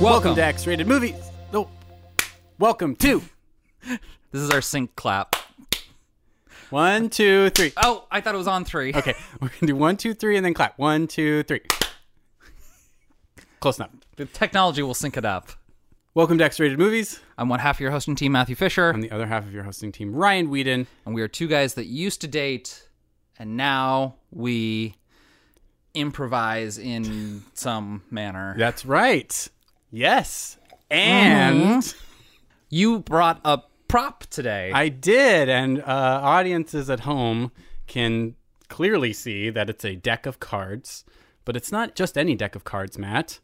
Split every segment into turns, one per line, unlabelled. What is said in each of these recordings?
Welcome.
to X Rated Movies. No, welcome to
This is our sync clap.
one, two, three.
Oh, I thought it was on three.
Okay, we're gonna do one, two, three, and then clap. One, two, three. Close enough.
The technology will sync it up.
Welcome to X Rated Movies.
I'm one half of your hosting team, Matthew
I'm
Fisher,
the other half of your hosting team, Ryan Whedon.
and we are two guys that used to date, and now we improvise in some manner.
That's right. Mm-hmm. Yes, and
You brought a prop today.
I did, and uh, audiences at home can clearly see that it's a deck of cards, but it's not just any deck of cards, Matt.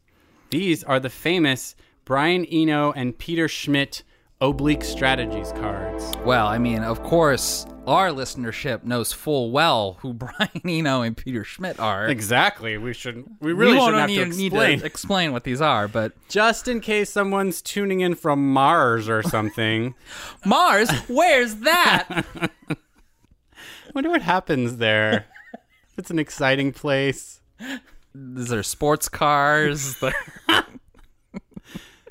These are the famous Brian Eno and Peter Schmidt oblique strategies cards.
well, I mean, of course, our listenership knows full well who Brian Eno and Peter Schmidt are.
Exactly. We shouldn't. We really
we won't
shouldn't have
even
to
need
explain.
to explain what these are, but
Just in case someone's tuning in from Mars or something.
Mars, where's that?
I wonder what happens there. it's an exciting place.
These are sports cars. They're-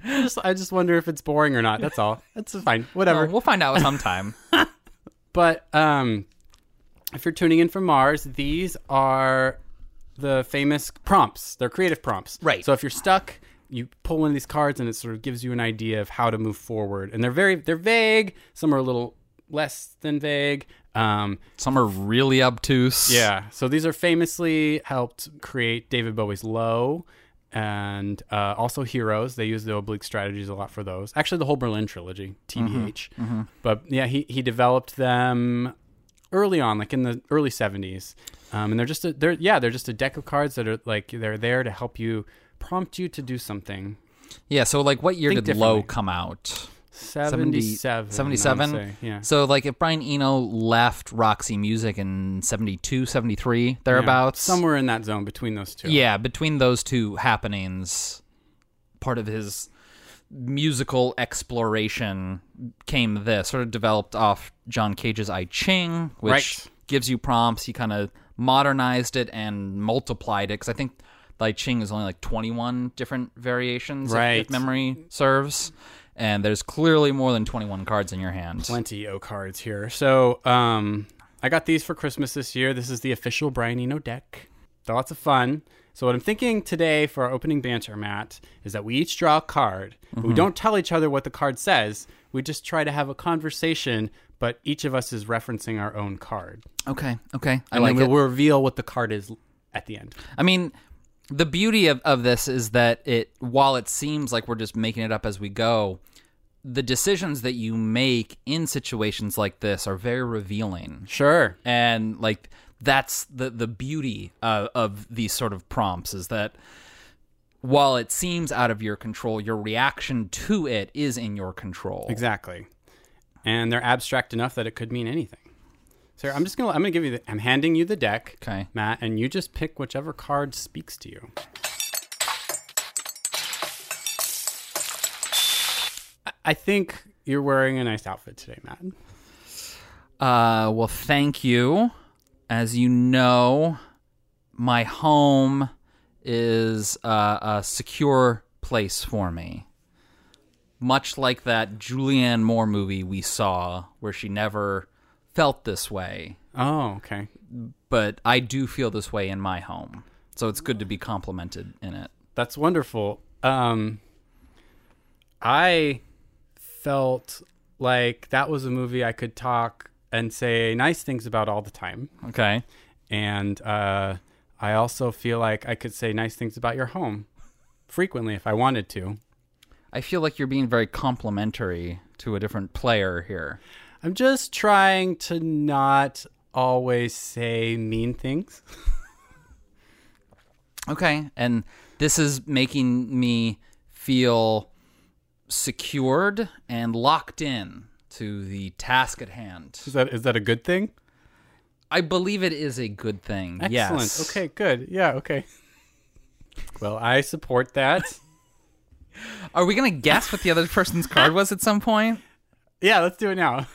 I just, I just wonder if it's boring or not. That's all. That's fine.
Well,
Whatever.
we'll find out sometime.
But um, if you're tuning in from Mars, these are the famous prompts. They're creative prompts.
Right.
So if you're stuck, you pull one of these cards, and it sort of gives you an idea of how to move forward. And they're very they're vague. Some are a little less than vague. Um,
Some are really obtuse.
yeah. So these are famously helped create David Bowie's "Low." And uh, also heroes, they use the oblique strategies a lot for those. Actually, the whole Berlin trilogy, TBH. Mm-hmm. But yeah, he, he developed them early on, like in the early '70s. Um, and they're just a, they're yeah they're just a deck of cards that are like they're there to help you prompt you to do something.
Yeah. So, like, what year
Think
did Low
differently.
come out?
Seventy-seven. I would
77?
say. Yeah.
So, like, if Brian Eno left Roxy Music in 72, 73, thereabouts.
somewhere in that zone between those two.
Yeah. Between those two happenings, part of his musical exploration came this, sort of developed off John Cage's I Ching, which
Right.
gives you prompts. He kind of modernized it and multiplied it because I think the I Ching is only like 21 different variations, if- if,
Right.
memory serves. And there's clearly more than 21 cards in your hand.
plenty O cards here. So um, I got these for Christmas this year. This is the official Brian Eno deck. They're lots of fun. So what I'm thinking today for our opening banter, Matt, is that we each draw a card. But
Mm-hmm.
we don't tell each other what the card says. We just try to have a conversation, but each of us is referencing our own card.
Okay, okay, I
And
like
then
it.
we'll reveal what the card is at the end.
I mean, the beauty of, of this is that it, while it seems like we're just making it up as we go, the decisions that you make in situations like this are very revealing.
Sure.
And, like, that's the, the beauty uh, of these sort of prompts is that while it seems out of your control, your reaction to it is in your control.
Exactly. And they're abstract enough that it could mean anything. So I'm just gonna I'm gonna give you the I'm handing you the deck,
Okay.
Matt, and you just pick whichever card speaks to you. I- I think you're wearing a nice outfit today, Matt.
Uh, well, thank you. As you know, my home is uh, a secure place for me. Much like that Julianne Moore movie we saw, where she never felt this way,
Oh, okay.
but I do feel this way in my home. So it's good to be complimented in it.
That's wonderful. Um, I felt like that was a movie I could talk and say nice things about all the time.
Okay.
and uh, I also feel like I could say nice things about your home frequently if I wanted to.
I feel like you're being very complimentary to a different player here.
I'm just trying to not always say mean things.
Okay. And this is making me feel secured and locked in to the task at hand.
Is that is that a good thing?
I believe it is a good thing.
Excellent.
Yes.
Okay. Good. Yeah. Okay. Well, I support that.
Are we going to guess what the other person's card was at some point?
yeah. Let's do it now.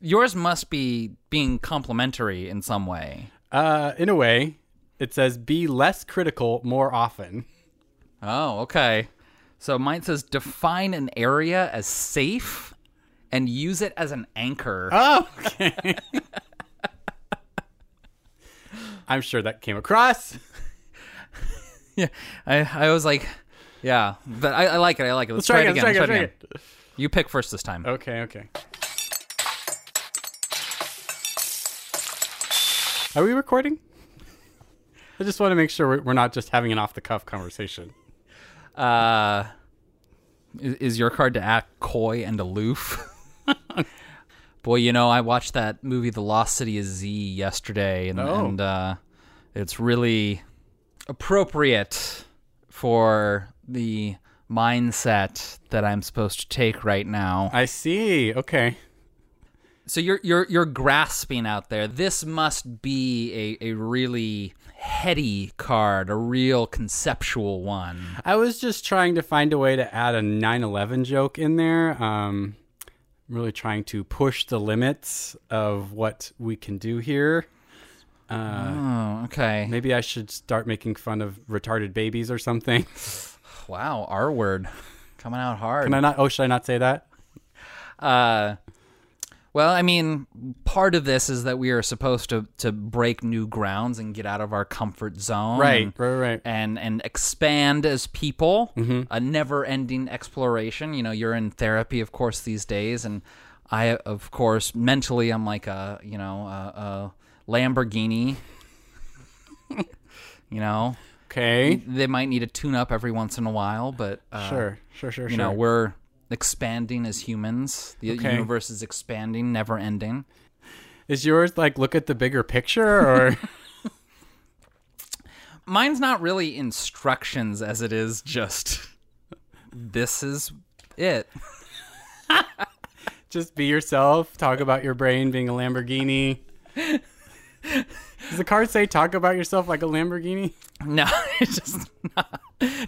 Yours must be being complimentary in some way.
Uh, in a way, it says be less critical more often.
Oh, okay. So mine says define an area as safe and use it as an anchor.
Oh, okay. I'm sure that came across.
yeah, I, I was like, yeah, but I, I like it. I like it. Let's,
Try
it
again.
again.
Try again.
Let's
Try again.
You pick first this time.
Okay. Okay. Are we recording? I just want to make sure we're- we're not just having an off the cuff conversation.
Uh, is, is your card to act coy and aloof? Boy, you know, I watched that movie, The Lost City of Z, yesterday, and,
Oh.
and uh, it's really appropriate for the mindset that I'm supposed to take right now.
I see. Okay.
So you're you're you're grasping out there. This must be a, a really heady card, a real conceptual one.
I was just trying to find a way to add a 9 11 joke in there. Um, I'm really trying to push the limits of what we can do here.
Oh, okay.
Maybe I should start making fun of retarded babies or something.
Wow, R word coming out hard.
Can I not? Oh, should I not say that?
uh, well, I mean, part of this is that we are supposed to to break new grounds and get out of our comfort zone,
Right, right, Mm-hmm. right.
And and expand as people, a never ending exploration. You know, you're in therapy, of course, these days, and I, of course, mentally, I'm like a you know a, a Lamborghini. you know,
Okay.
they might need a tune up every once in a while, but uh,
Sure, sure, sure,
you
sure.
know we're expanding as humans the
Okay.
universe is expanding never ending
Is yours like look at the bigger picture or?
mine's not really instructions as it is just this is it
just be yourself. Talk about your brain being a Lamborghini. Does the card say talk about yourself like a Lamborghini?
no it's just not.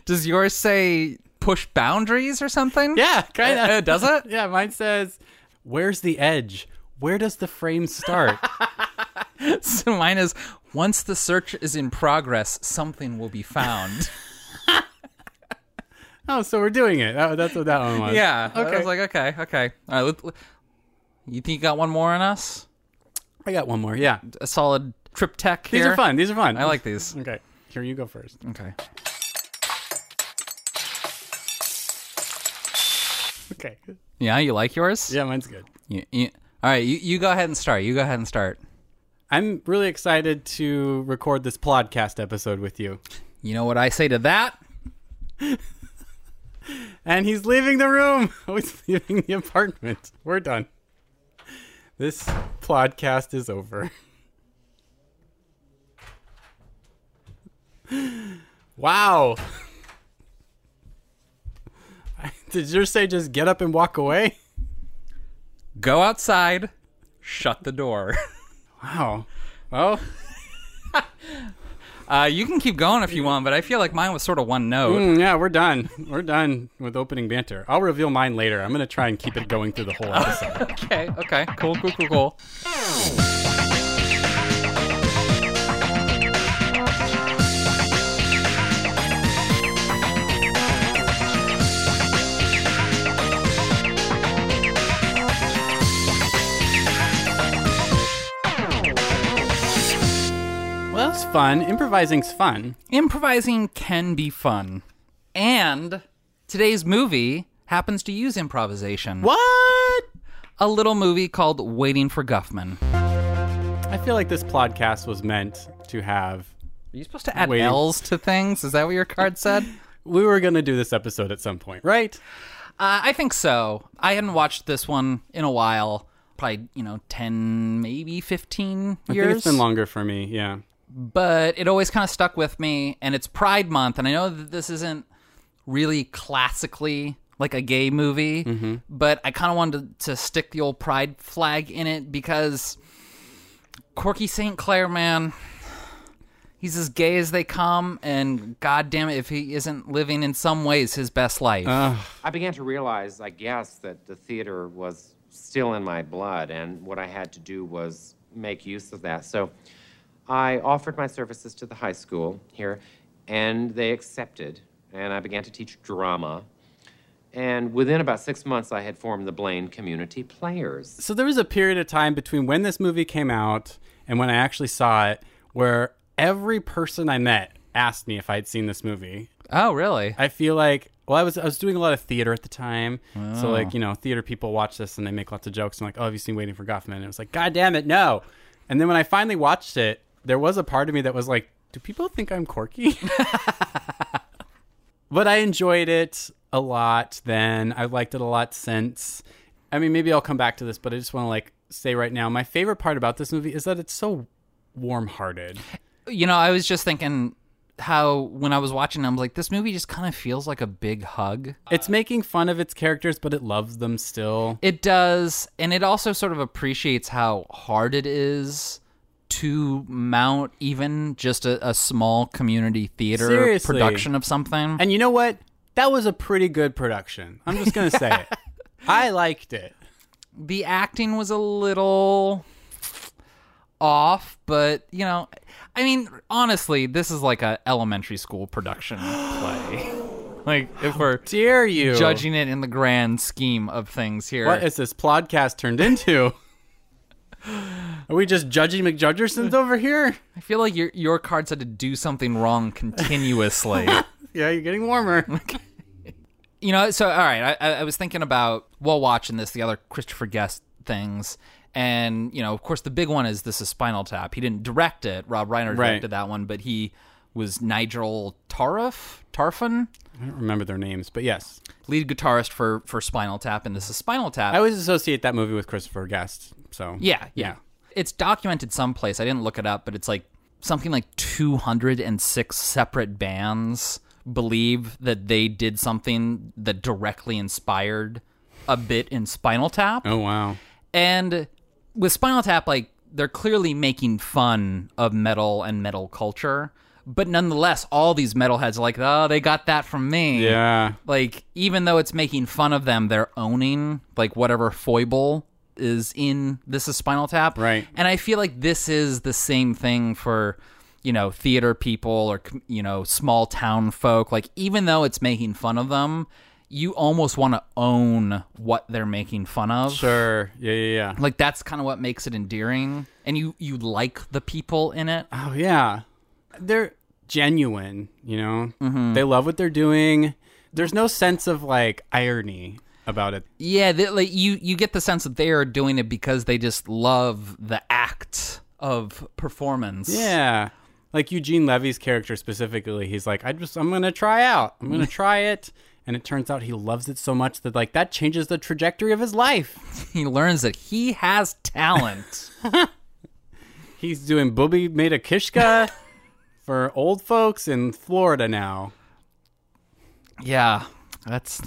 does yours say push boundaries or something
Yeah, kind
Uh,
of.
does it?
Yeah, mine says, "Where's the edge? Where does the frame start?"
so mine is once the search is in progress something will be found
oh, so we're doing it. That, that's what that one was.
yeah okay i
Okay.
was like okay okay all right let- let- you think you got one more on us
I got one more. Yeah,
a solid trip tech
these
here?
are fun. These are fun.
i like these
Okay, here you go first.
okay
Okay.
yeah you like yours
Yeah, mine's good.
You, you, all right, you, you go ahead and start. You go ahead and start.
I'm really excited to record this podcast episode with you.
You know what I say to that?
And he's leaving the room. Oh, he's leaving the apartment. We're done. This podcast is over. Wow. Did you say just get up and walk away?
Go outside, shut the door.
Wow. Well,
Uh, you can keep going if you want, but I feel like mine was sort of one note.
mm, yeah, we're done. We're done with opening banter. I'll reveal mine later. I'm going to try and keep it going through the whole episode.
Okay, okay, cool, cool, cool, cool.
Well, that's fun. Improvising's fun.
Improvising can be fun, and today's movie happens to use improvisation.
What?
A little movie called Waiting for Guffman. Are
I feel like this podcast was meant to have.
you supposed to add
Waiting-
L's to things? Is that what your card said?
We were going to do this episode at some point, right?
Uh, I think so. I hadn't watched this one in a while. Probably, you know, 10, maybe 15
I think
years.
it's been longer for me, yeah.
But it always kind of stuck with me. And it's Pride Month. And I know that this isn't really classically like a gay movie,
Mm-hmm.
but I kind of wanted to, to stick the old Pride flag in it because Corky St. Clair, man, he's as gay as they come. And goddamn it, if he isn't living in some ways his best life.
Uh.
I began to realize, I guess, that the theater was still in my blood, and what I had to do was make use of that. So I offered my services to the high school here, and they accepted, and I began to teach drama. And within about six months, I had formed the Blaine Community Players.
So there was a period of time between when this movie came out and when I actually saw it where every person I met asked me if I'd seen this movie.
Oh, really?
I feel like well, I was I was doing a lot of theater at the time, so like you know, theater people watch this and they make lots of jokes. I'm like, oh, have you seen Waiting for Guffman? And it was like, god damn it, no. And then when I finally watched it, there was a part of me that was like, do people think I'm quirky? but I enjoyed it a lot then. I've liked it a lot since. I mean, maybe I'll come back to this, but I just want to like say right now, my favorite part about this movie is that it's so warm-hearted.
You know, I was just thinking how when I was watching, I was like, this movie just kind of feels like a big hug.
It's making fun of its characters, but it loves them still.
It does, and it also sort of appreciates how hard it is to mount even just a, a small community theater
Seriously.
production of something.
And you know what? That was a pretty good production. I'm just going to say it. I liked it.
the acting was a little off, but you know, I mean, honestly, this is like a elementary school production play. like if we're
Dare you?
judging it in the grand scheme of things here.
What is this podcast turned into? Are we just judging McJudgersons over here?
I feel like your your cards had to do something wrong continuously.
Yeah, you're getting warmer.
you know, so all right, I, I I was thinking about while watching this the other Christopher Guest things, and you know, of course, the big one is this is Spinal Tap. He didn't direct it; Rob Reiner
Right.
directed that one, but he was Nigel Tariff Tarfin,
I don't remember their names, but yes.
lead guitarist for for Spinal Tap, and this is Spinal Tap.
I always associate that movie with Christopher Guest, so.
Yeah, yeah. It's documented someplace. I didn't look it up, but it's like something like 206 separate bands believe that they did something that directly inspired a bit in Spinal Tap.
Oh, wow.
And with Spinal Tap, like, they're clearly making fun of metal and metal culture. But nonetheless, all these metalheads are like, oh, they got that from me
Yeah.
like even though it's making fun of them they're owning like whatever foible is in this is spinal tap
Right.
and i feel like this is the same thing for you know theater people or com- you know small town folk like even though it's making fun of them you almost want to own what they're making fun of
Sure. Yeah, yeah, yeah.
like that's kind of what makes it endearing and you you like the people in it
Oh, yeah. They're genuine, you know?
Mm-hmm.
They love what they're doing. There's no sense of, like, irony about it.
Yeah, that like you you get the sense that they are doing it because they just love the act of performance.
Yeah. Like Eugene Levy's character specifically, he's like, I just I'm gonna try out. I'm gonna try it. And it turns out he loves it so much that like that changes the trajectory of his life.
He learns that he has talent.
He's doing Booby Made a Kishka for old folks in Florida now.
yeah. That's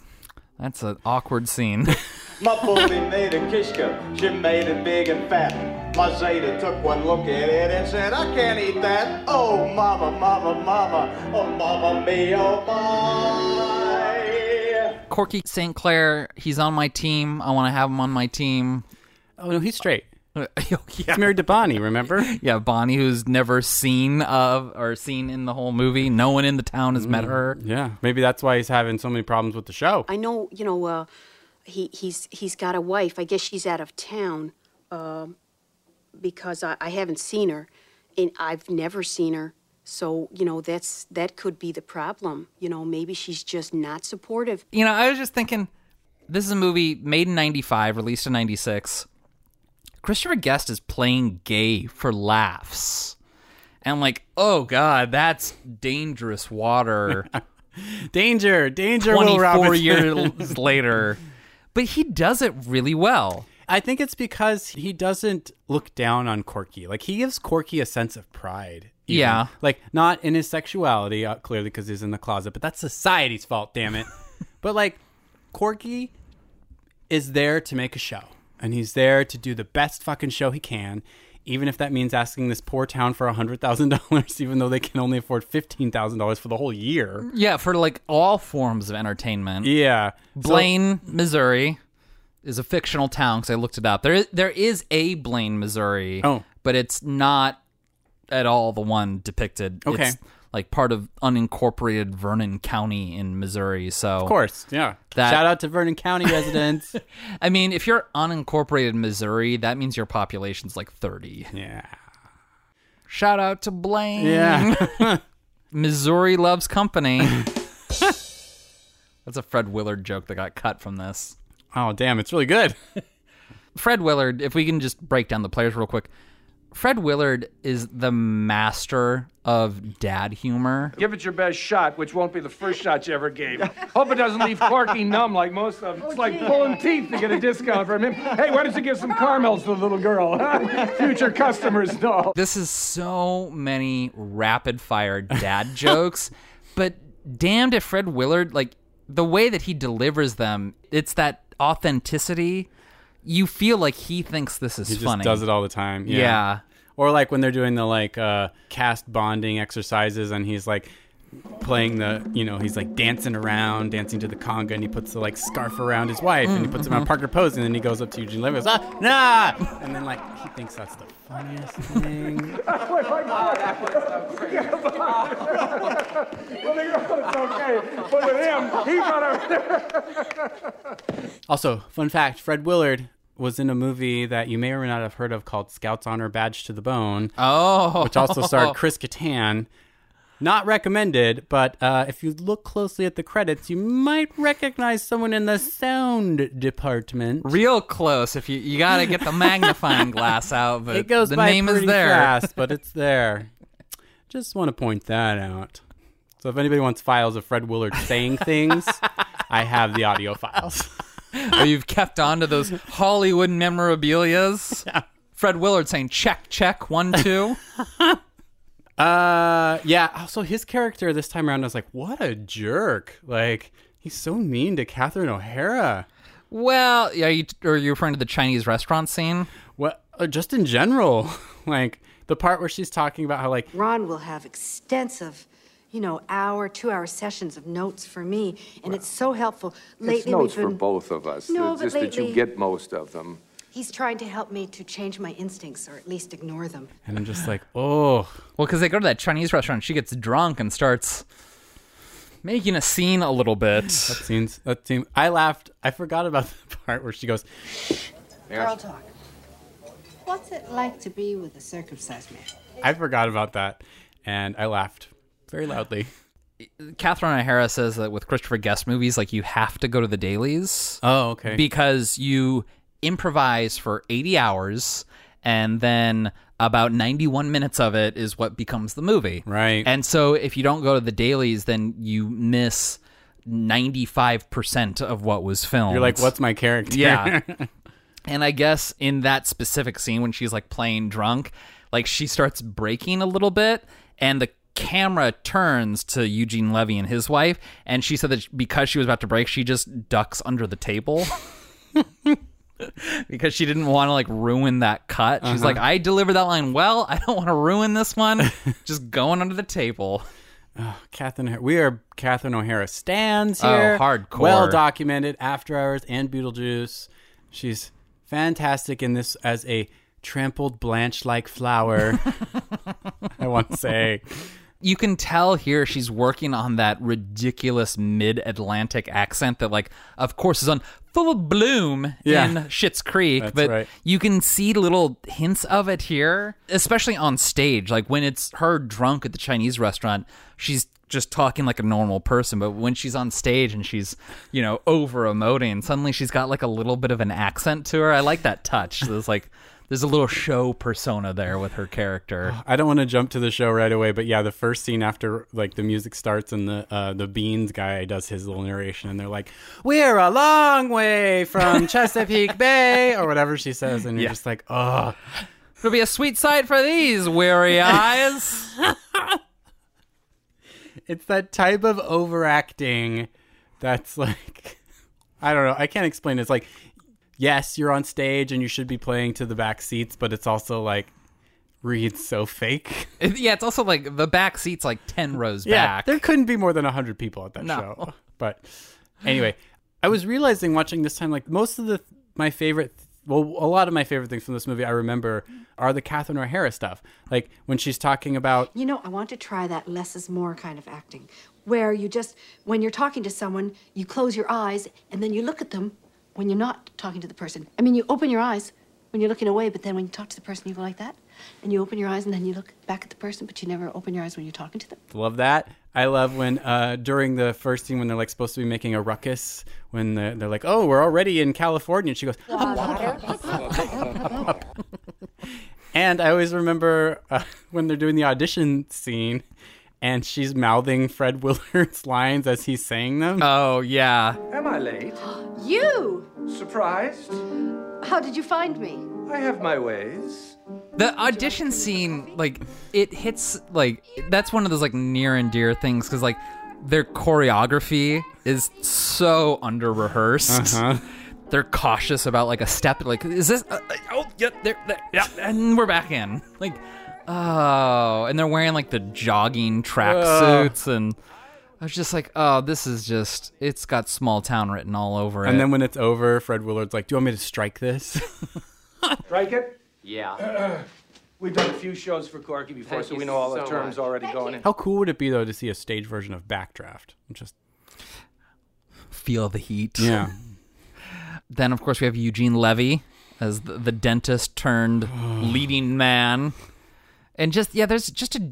that's an awkward scene.
My booby made a kishka, she made it big and fat. My Zeta took one look at it and said, I can't eat that. Oh, mama, mama, mama, oh, mama me, oh, my.
Corky St. Clair, he's on my team. I want to have him on my team.
Oh no, he's straight.
yeah.
He's married to Bonnie, remember?
yeah, Bonnie, who's never seen of or seen in the whole movie. No one in the town has met her.
yeah. Maybe that's why he's having so many problems with the show.
I know, you know, uh, he, he's he's got a wife. I guess she's out of town, um, because I, I haven't seen her, and I've never seen her. So you know, that's that could be the problem. You know, maybe she's just not supportive.
you know, I was just thinking, this is a movie made in '95, released in '96. Christopher Guest is playing gay for laughs, and I'm like, oh god, that's dangerous water.
Danger, danger, Will
24
Robinson.
years later, but he does it really well.
I think it's because he doesn't look down on Corky. Like he gives Corky a sense of pride. even.
Yeah.
Like not in his sexuality, uh, clearly because he's in the closet, but that's society's fault, damn it. but like Corky is there to make a show, and he's there to do the best fucking show he can. Even if that means asking this poor town for $100,000, even though they can only afford $15,000 for the whole year.
Yeah, for like all forms of entertainment.
Yeah.
Blaine, Missouri, is a fictional town because I looked it up. There, is, there is a Blaine, Missouri.
Oh.
but it's not at all the one depicted.
Okay.
It's like part of unincorporated Vernon County in Missouri. So
Of course, yeah.
That-
Shout out to Vernon County residents.
I mean, if you're unincorporated Missouri, that means your population's like 30.
yeah.
Shout out to Blaine.
Yeah.
Missouri loves company. That's a Fred Willard joke that got cut from this.
Oh, damn, it's really good.
Fred Willard, if we can just break down the players real quick. Fred Willard is the master of dad humor.
Give it your best shot, which won't be the first shot you ever gave. Hope it doesn't leave Clarky numb like most of them.
Oh,
It's like pulling teeth to get a discount from him. Hey, why don't you give some caramels to the little girl? huh? Future customers and all.
This is so many rapid fire dad jokes, but damned if Fred Willard, like the way that he delivers them, it's that authenticity. You feel like he thinks this is
He
funny.
just does it all the time. Yeah.
Yeah.
Or like when they're doing the like uh, cast bonding exercises and he's like playing the, you know, he's like dancing around, dancing to the conga and he puts the like scarf around his wife
Mm.
and he puts him
Mm-hmm.
on Parker Pose and then he goes up to Eugene Levy and goes, ah, nah. And then like he thinks that's the funniest thing.
Well, they know it's okay. But with him, he thought I
Also, fun fact Fred Willard was in a movie that you may or may not have heard of called Scouts Honor Badge to the Bone.
Oh.
which also starred Chris Kattan. Not recommended, but uh, if you look closely at the credits, you might recognize someone in the sound department.
real close. If you you got to get the magnifying glass out, but
It goes
the
by
name is
pretty
there.
fast, but it's there. Just want to point that out. So if anybody wants files of Fred Willard saying things, I have the audio files.
Oh, you've kept on to those Hollywood memorabilias. Fred Willard saying check check one two.
Uh, yeah. Also, his character this time around, I was like, what a jerk! Like he's so mean to Catherine O'Hara.
well, are you are you referring to the Chinese restaurant scene?
What? Uh, just in general, like the part where she's talking about how like
Ron will have extensive, you know, hour, two hour sessions of notes for me, and it's so helpful. Lately,
It's notes
we've
for
been,
both of us,
No,
uh,
but
just that you
lately-
get most of them.
He's trying to help me to change my instincts or at least ignore them.
and I'm just like, oh,
Well, because they go to that Chinese restaurant, she gets drunk and starts making a scene a little bit.
scenes that seems. I laughed. I forgot about the part where she goes,
Girl talk. What's it like to be with a circumcised man?
I forgot about that, and I laughed very loudly.
Catherine O'Hara says that with Christopher Guest movies, like you have to go to the dailies.
Oh, okay.
because you improvise for 80 hours and then about 91 minutes of it is what becomes the movie.
Right.
And so if you don't go to the dailies then you miss 95% of what was filmed.
You're like, what's my character?
Yeah. and I guess in that specific scene when she's like playing drunk, like she starts breaking a little bit and the camera turns to Eugene Levy and his wife and she said that because she was about to break, she just ducks under the table. because she didn't want to like ruin that cut. She's like, "I delivered that line well. I don't want to ruin this one. just going under the table."
Catherine, O'Hara- we are Catherine O'Hara stands
Oh,
here.
hardcore.
Well documented. After Hours and Beetlejuice. She's fantastic in this as a trampled Blanche like flower. I want to say.
you can tell here she's working on that ridiculous mid-Atlantic accent that, like, of course, is on full of bloom
Yeah.
in Schitt's Creek.
That's
but
right.
you can see little hints of it here, especially on stage. Like when it's her drunk at the Chinese restaurant, she's just talking like a normal person. But when she's on stage and she's, you know, over emoting, suddenly she's got like a little bit of an accent to her. I like that touch. There's like. There's a little show persona there with her character.
I don't want to jump to the show right away, but yeah, the first scene after like the music starts and the uh, the beans guy does his little narration, and they're like, "We're a long way from Chesapeake Bay" or whatever she says, and you're just like, "Oh,
It'll be a sweet sight for these weary eyes.
it's that type of overacting that's like, I don't know, I can't explain. it. It's like, yes, you're on stage and you should be playing to the back seats, but it's also like reads so fake.
yeah, it's also like the back seat's like 10 rows back.
There couldn't be more than 100 people at that
No.
show. But anyway, I was realizing watching this time, like most of the my favorite well, a lot of my favorite things from this movie I remember are the Catherine O'Hara stuff. Like when she's talking about
You know, I want to try that less is more kind of acting, where you just, when you're talking to someone, you close your eyes and then you look at them when you're not talking to the person. I mean, you open your eyes when you're looking away, but then when you talk to the person, you go like that. And you open your eyes and then you look back at the person, but you never open your eyes when you're talking to them.
Love that. I love when uh, during the first scene when they're like supposed to be making a ruckus when they're, they're like, "Oh, we're already in California." She goes, and I always remember uh, when they're doing the audition scene, and she's mouthing Fred Willard's lines as he's saying them.
Oh yeah.
Am I late?
You!
Surprised?
How did you find me?
I have my ways.
The audition scene, like, it hits like that's one of those like near and dear things because like their choreography is so under rehearsed.
Uh-huh.
They're cautious about like a step. Like, is this? Uh, uh, oh, yeah, there, there, yeah, and we're back in. Like, oh, and they're wearing like the jogging tracksuits, and I was just like, oh, this is just. It's got small town written all over it.
and then when it's over, Fred Willard's like, "Do you want me to strike this?"
Strike it?
Yeah.
We've done a few shows for Corky before,
Thank
so
you
we know all the
so
terms
much.
already going in.
How cool would it be though to see a stage version of Backdraft? Just
Feel the heat.
yeah,
Then, of course, we have Eugene Levy as the, the dentist turned leading man, and just yeah, there's just a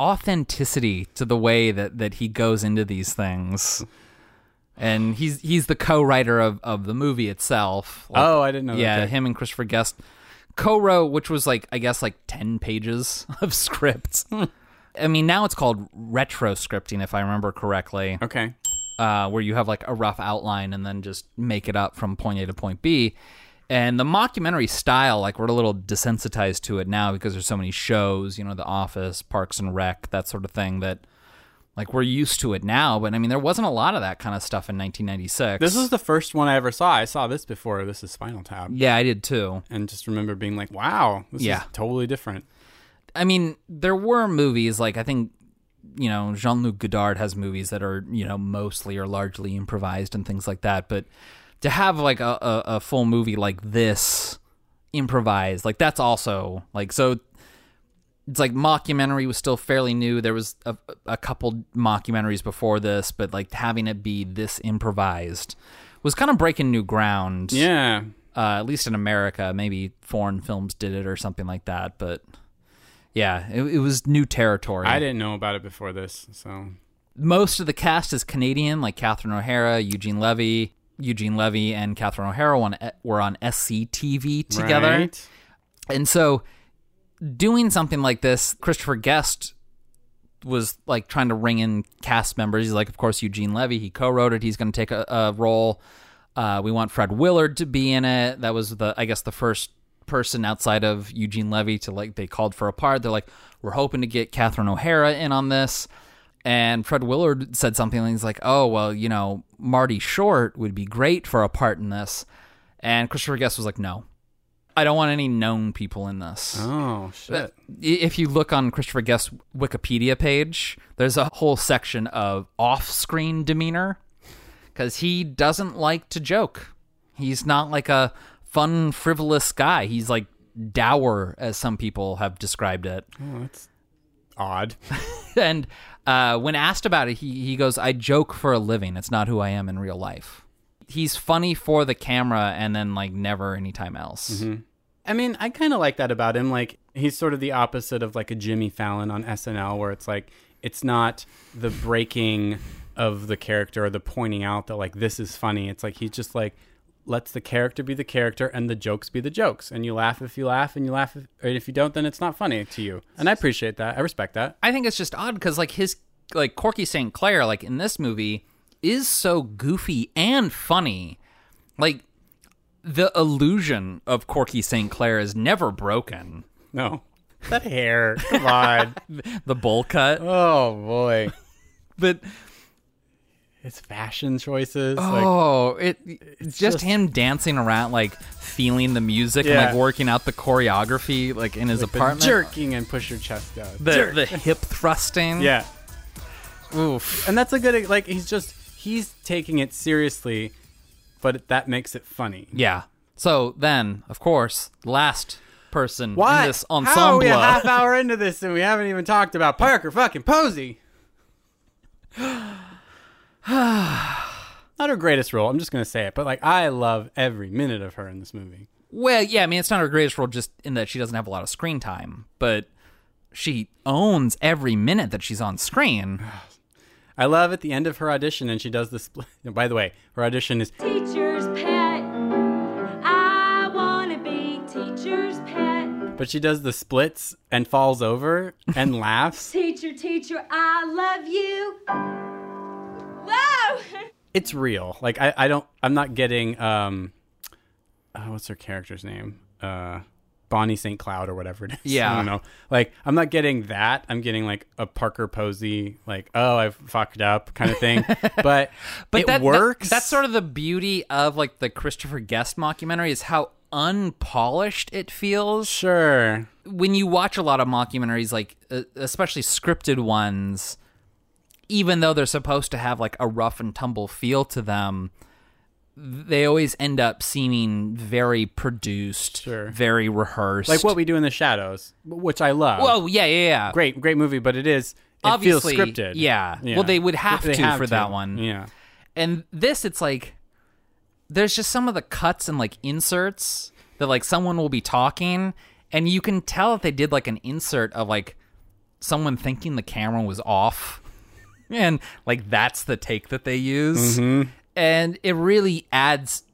authenticity to the way that that he goes into these things, and he's he's the co-writer of of the movie itself. Like,
Oh, I didn't know that.
Yeah,
Okay.
him and Christopher Guest co-wrote, which was like I guess like ten pages of script. I mean, now it's called retro scripting, if I remember correctly
okay.
uh, where you have like a rough outline and then just make it up from point A to point B. And the mockumentary style, like we're a little desensitized to it now because there's so many shows, you know, The Office, Parks and Rec, that sort of thing that like we're used to it now. But I mean, there wasn't a lot of that kind of stuff in 1996.
This is the first one I ever saw. I saw this before. This is Spinal Tap.
yeah, I did too.
and just remember being like, "Wow, this
Yeah.
is totally different."
I mean, there were movies like I think you know Jean Luc Godard has movies that are you know mostly or largely improvised and things like that. But to have like a, a, a full movie like this improvised, like that's also like so. It's like mockumentary was still fairly new. There was a, a couple mockumentaries before this, but like having it be this improvised was kind of breaking new ground.
Yeah,
Uh, at least in America, maybe foreign films did it or something like that, but yeah, it, it was new territory.
I didn't know about it before this, so
Most of the cast is Canadian, like Catherine O'Hara, Eugene Levy. Eugene Levy and Catherine O'Hara on, were on SCTV together.
Right?
And so doing something like this, Christopher Guest was like trying to ring in cast members. He's like, of course, Eugene Levy, he co wrote it. He's going to take a, a role. Uh, we want Fred Willard to be in it. That was the, I guess, the first person outside of Eugene Levy to like, they called for a part. They're like, we're hoping to get Catherine O'Hara in on this. And Fred Willard said something, and he's like, oh, well, you know, Marty Short would be great for a part in this. And Christopher Guest was like, no, I don't want any known people in this.
Oh shit!
I- If you look on Christopher Guest's Wikipedia page, there's a whole section of off screen demeanor because he doesn't like to joke. He's not like a fun, frivolous guy. He's like dour, as some people have described it.
Odd.
And uh, when asked about it, he, he goes, I joke for a living. It's not who I am in real life. He's funny for the camera and then like never anytime else.
I mean, I kind of like that about him. Like he's sort of the opposite of like a Jimmy Fallon on SNL, where it's like it's not the breaking of the character or the pointing out that like this is funny. It's like he's just like lets the character be the character and the jokes be the jokes, and you laugh if you laugh, and you laugh if, and if you don't, then it's not funny to you. And I appreciate that. I respect that.
I think it's just odd because like his like Corky St. Clair like in this movie is so goofy and funny. Like the illusion of Corky St. Clair is never broken.
No. That hair. Come on.
The bowl cut,
oh boy.
but
It's fashion choices. like,
oh, it it's just,
just-
him dancing around like feeling the music and
Yeah.
like working out the choreography like in his
the
apartment.
jerking and push your chest out.
The, the hip thrusting.
yeah.
Oof.
And that's a good like he's just he's taking it seriously, but that makes it funny.
Yeah. So then, of course, last person in this
How are
ensemble.
we a half hour into this and we haven't even talked about Parker fucking Posey? Not her greatest role. I'm just gonna say it, but like I love every minute of her in this movie.
Well, yeah, I mean, it's not her greatest role just in that she doesn't have a lot of screen time, but she owns every minute that she's on screen.
I love at the end of her audition, and she does this. By the way, her audition is
Teacher's pet. I wanna be teacher's pet.
But she does the splits and falls over and laughs.
Teacher, teacher, I love you. Whoa!
It's real. Like I, I don't I'm not getting um uh, what's her character's name? Uh Bonnie St. Cloud or whatever it is.
Yeah.
I don't know. Like I'm not getting that. I'm getting like a Parker Posey like oh I've fucked up kind of thing. but
But
it
that, that-
works.
that's sort of the beauty of like the Christopher Guest mockumentary is how unpolished it feels.
sure.
when you watch a lot of mockumentaries, like uh, especially scripted ones, even though they're supposed to have like a rough and tumble feel to them, they always end up seeming very produced,
Sure.
very rehearsed.
Like what we do in the shadows, which I love.
Well, yeah, yeah, yeah.
great, great movie, but it is it
Obviously,
feels scripted.
yeah. Well, they would have to for that one.
Yeah.
and this it's like there's just some of the cuts and like inserts that like someone will be talking and you can tell that they did like an insert of like someone thinking the camera was off and like that's the take that they use and it really adds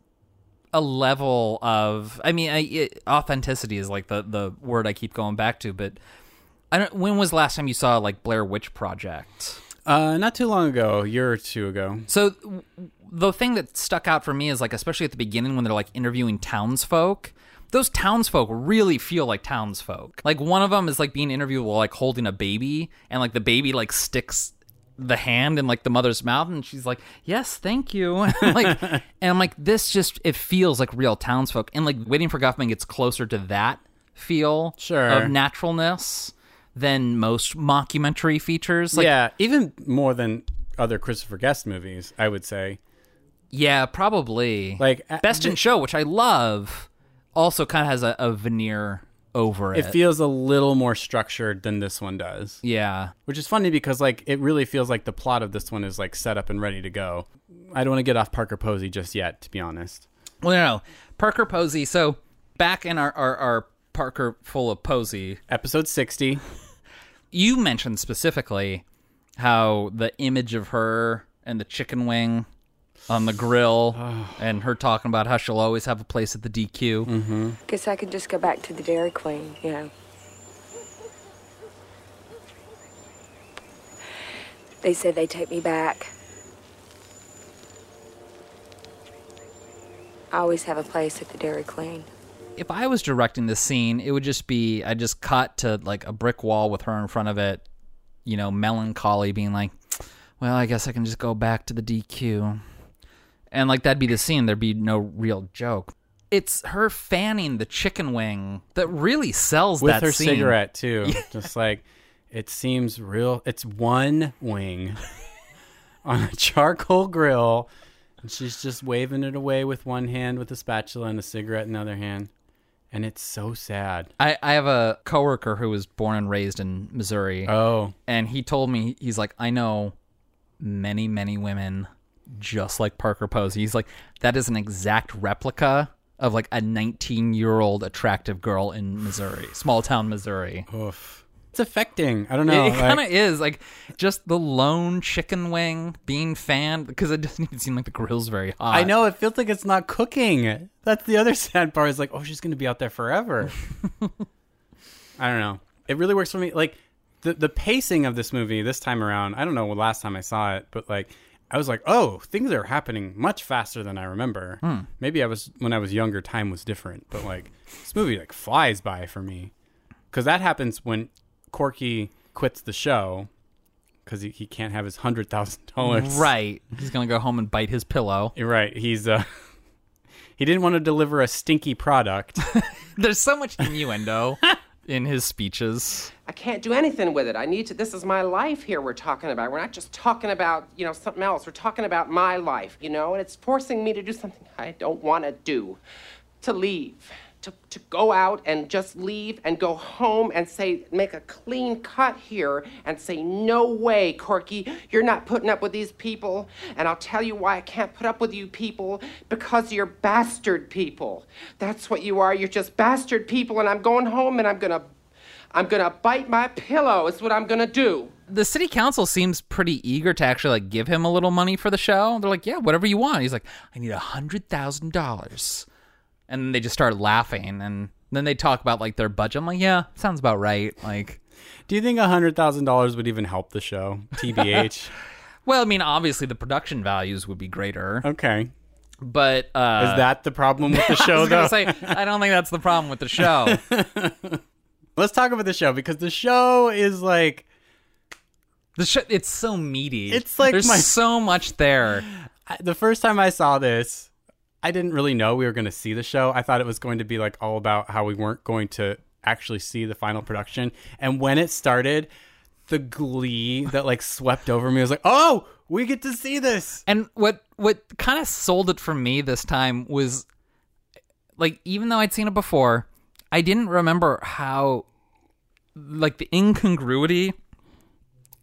a level of i mean I, it, authenticity is like the the word i keep going back to but i don't when was the last time you saw like blair witch project
Uh, not too long ago, a year or two ago.
So w- the thing that stuck out for me is like, especially at the beginning when they're like interviewing townsfolk. Those townsfolk really feel like townsfolk. Like one of them is like being interviewed while like holding a baby, and like the baby like sticks the hand in like the mother's mouth, and she's like, "Yes, thank you." like, and I'm like, this just it feels like real townsfolk, and like waiting for Guffman gets closer to that feel
Sure.
of naturalness than most mockumentary features. Like,
yeah, even more than other Christopher Guest movies, I would say.
Yeah, probably.
Like, a-
Best in Show, which I love, also kind of has a, a veneer over it.
It feels a little more structured than this one does,
yeah,
which is funny because like it really feels like the plot of this one is like set up and ready to go. I don't want to get off Parker Posey just yet, to be honest.
Well, no, no. Parker Posey. So back in our, our, our Parker full of Posey,
Episode sixty.
you mentioned specifically how the image of her and the chicken wing on the grill and her talking about how she'll always have a place at the DQ.
Guess I could just go back to the Dairy Queen, you know. They said they'd take me back. I always have a place at the Dairy Queen.
if I was directing this scene, it would just be I just cut to like a brick wall with her in front of it, you know, melancholy, being like, "Well, I guess I can just go back to the DQ," and like that'd be the scene. There'd be no real joke. It's her fanning the chicken wing that really sells
With
that
her
scene.
cigarette too. Just like it seems real it's one wing on a charcoal grill. And she's just waving it away with one hand with a spatula and a cigarette in the other hand. And it's so sad.
I, I have a coworker who was born and raised in Missouri.
Oh.
and he told me he's like i know many many women just like parker posey he's like that is an exact replica of like a 19 year old attractive girl in missouri small town missouri
Oof. It's affecting. I don't know.
it kind of
like-
is like just the lone chicken wing being fanned because it doesn't even seem like the grill's very hot
I know it feels like it's not cooking. That's the other sad part. Is like, oh, she's gonna be out there forever. I don't know. It really works for me. Like the the pacing of this movie this time around. I don't know when last time I saw it, but like I was like, oh, things are happening much faster than I remember.
Hmm.
Maybe I was when I was younger, time was different. But like this movie like flies by for me because that happens when Corky quits the show because he, he can't have his hundred thousand dollars.
right he's gonna go home and bite his pillow
You're right. He's uh he didn't want to deliver a stinky product.
there's so much innuendo in his speeches
I can't do anything with it. I need to. This is my life here we're talking about. We're not just talking about, you know, something else. We're talking about my life, you know, and it's forcing me to do something I don't want to do.
to leave, to, to go out and just leave and go home and say, make a clean cut here and say, no way, Corky, you're not putting up with these people. And I'll tell you why I can't put up with you people because you're bastard people. That's what you are. You're just bastard people. And I'm going home and I'm going to. I'm gonna bite my pillow, is what I'm gonna do.
The city council seems pretty eager to actually like give him a little money for the show. They're like, "Yeah, whatever you want." He's like, "I need a hundred thousand dollars," and then they just start laughing, and then they talk about like their budget. I'm like, "Yeah, sounds about right." Like,
Do you think hundred thousand dollars would even help the show? TBH.
well, I mean, obviously the production values would be greater,
okay.
but uh,
Is that the problem with the show,
I was
though?
gonna say, I don't think that's the problem with the show.
Let's talk about the show because the show is like
The sh- it's so meaty.
It's like
there's
my-
so much there.
I- the first time I saw this, I didn't really know we were going to see the show. I thought it was going to be like all about how we weren't going to actually see the final production. And when it started, the glee that like swept over me was like, "Oh, we get to see this."
And what what kind of sold it for me this time was like even though I'd seen it before, I didn't remember how like the incongruity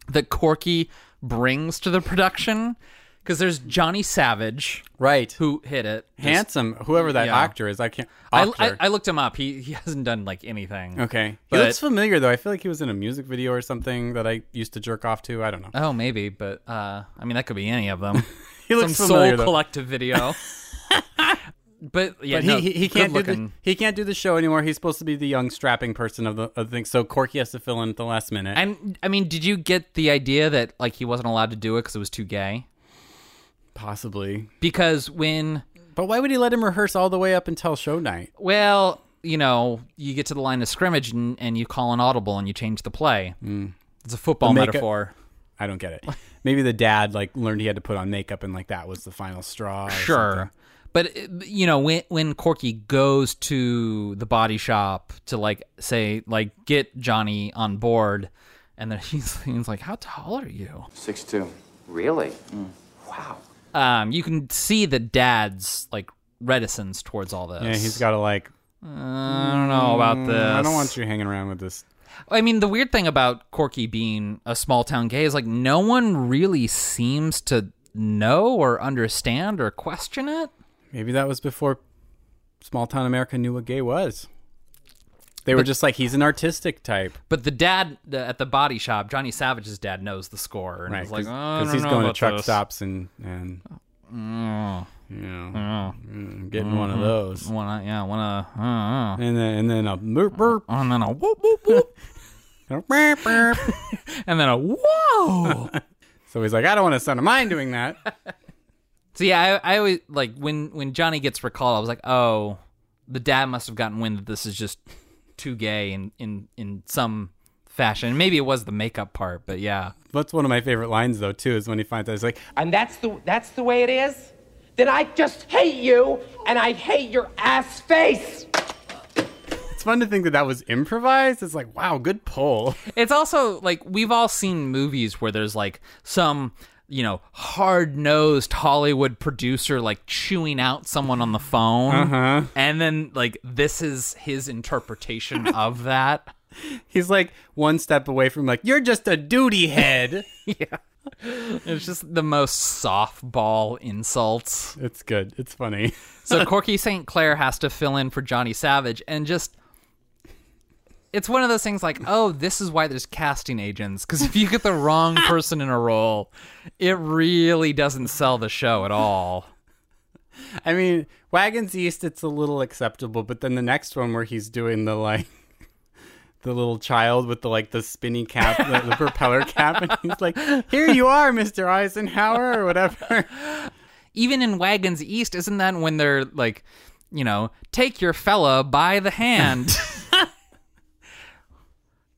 that Corky brings to the production because there's Johnny Savage
Right. Who
who hit it.
handsome whoever that
Yeah.
actor is. I can't
I,
actor.
I, I looked him up. He he hasn't done like anything.
Okay. He
But-
looks familiar though. I feel like he was in a music video or something that I used to jerk off to. I don't know.
Oh, maybe, but uh, I mean that could be any of them.
He
Some
looks familiar
soul
though.
collective video. but yeah,
but
no,
he, he, he can't do the,
good-looking.
he can't do the show anymore. He's supposed to be the young strapping person of the, of the thing. So Corky has to fill in at the last minute.
And I mean, did you get the idea that like he wasn't allowed to do it because it was too gay?
Possibly,
Because when
but why would he let him rehearse all the way up until show night?
well, you know, you get to the line of scrimmage and, and you call an audible and you change the play.
Mm.
It's a football
The makeup-
metaphor.
I don't get it. Maybe the dad like learned he had to put on makeup and like that was the final straw. or something.
Sure. But uh, you know when when Corky goes to the body shop to like say like get Johnny on board, and then he's, he's like, "How tall are you?"
Six two.
Really? Wow.
Um, you can see the dad's like reticence towards all this.
Yeah, he's got to like.
I don't know about this.
Mm, I don't want you hanging around with this.
I mean, the weird thing about Corky being a small town gay is like no one really seems to know or understand or question it.
Maybe that was before small town America knew what gay was. They were just like he's an artistic type,
But the dad the, at the body shop, Johnny Savage's dad, knows the score, and
right?
he's like, "Oh,
Because
"I don't
he's
know
going to
about
truck
this."
stops and and
Mm,
you know,
Oh.
mm, getting one
Mm-hmm.
of those,
wanna, yeah, wanna, uh, uh.
and then and then a burp burp,
and then a whoop whoop whoop,
and a burp, burp.
and then a whoa.
So he's like, I don't want a son of mine doing that.
So yeah, I, I always like when when Johnny gets recalled, I was like, oh, the dad must have gotten wind that this is just too gay in in in some fashion. Maybe it was the makeup part, but yeah,
That's one of my favorite lines though too is when he finds out he's like,
and that's the that's the way it is, then I just hate you and I hate your ass face.
it's fun to think that that was improvised. It's like, wow, good pull.
it's also like we've all seen movies where there's like some you know hard nosed Hollywood producer like chewing out someone on the phone, and then like this is his interpretation of that.
He's like one step away from like, you're just a duty head.
It's just the most softball insults.
it's good. It's funny.
So Corky St. Clair has to fill in for Johnny Savage and just it's one of those things like, oh, this is why there's casting agents cuz if you get the wrong person in a role, it really doesn't sell the show at all.
I mean, Wagons East, it's a little acceptable, but then the next one where he's doing the like. The little child with the like the spinny cap, the, the propeller cap, and he's like, "Here you are, Mr. Eisenhower, or whatever."
Even in Wagons East, isn't that when they're like, you know, take your fella by the hand.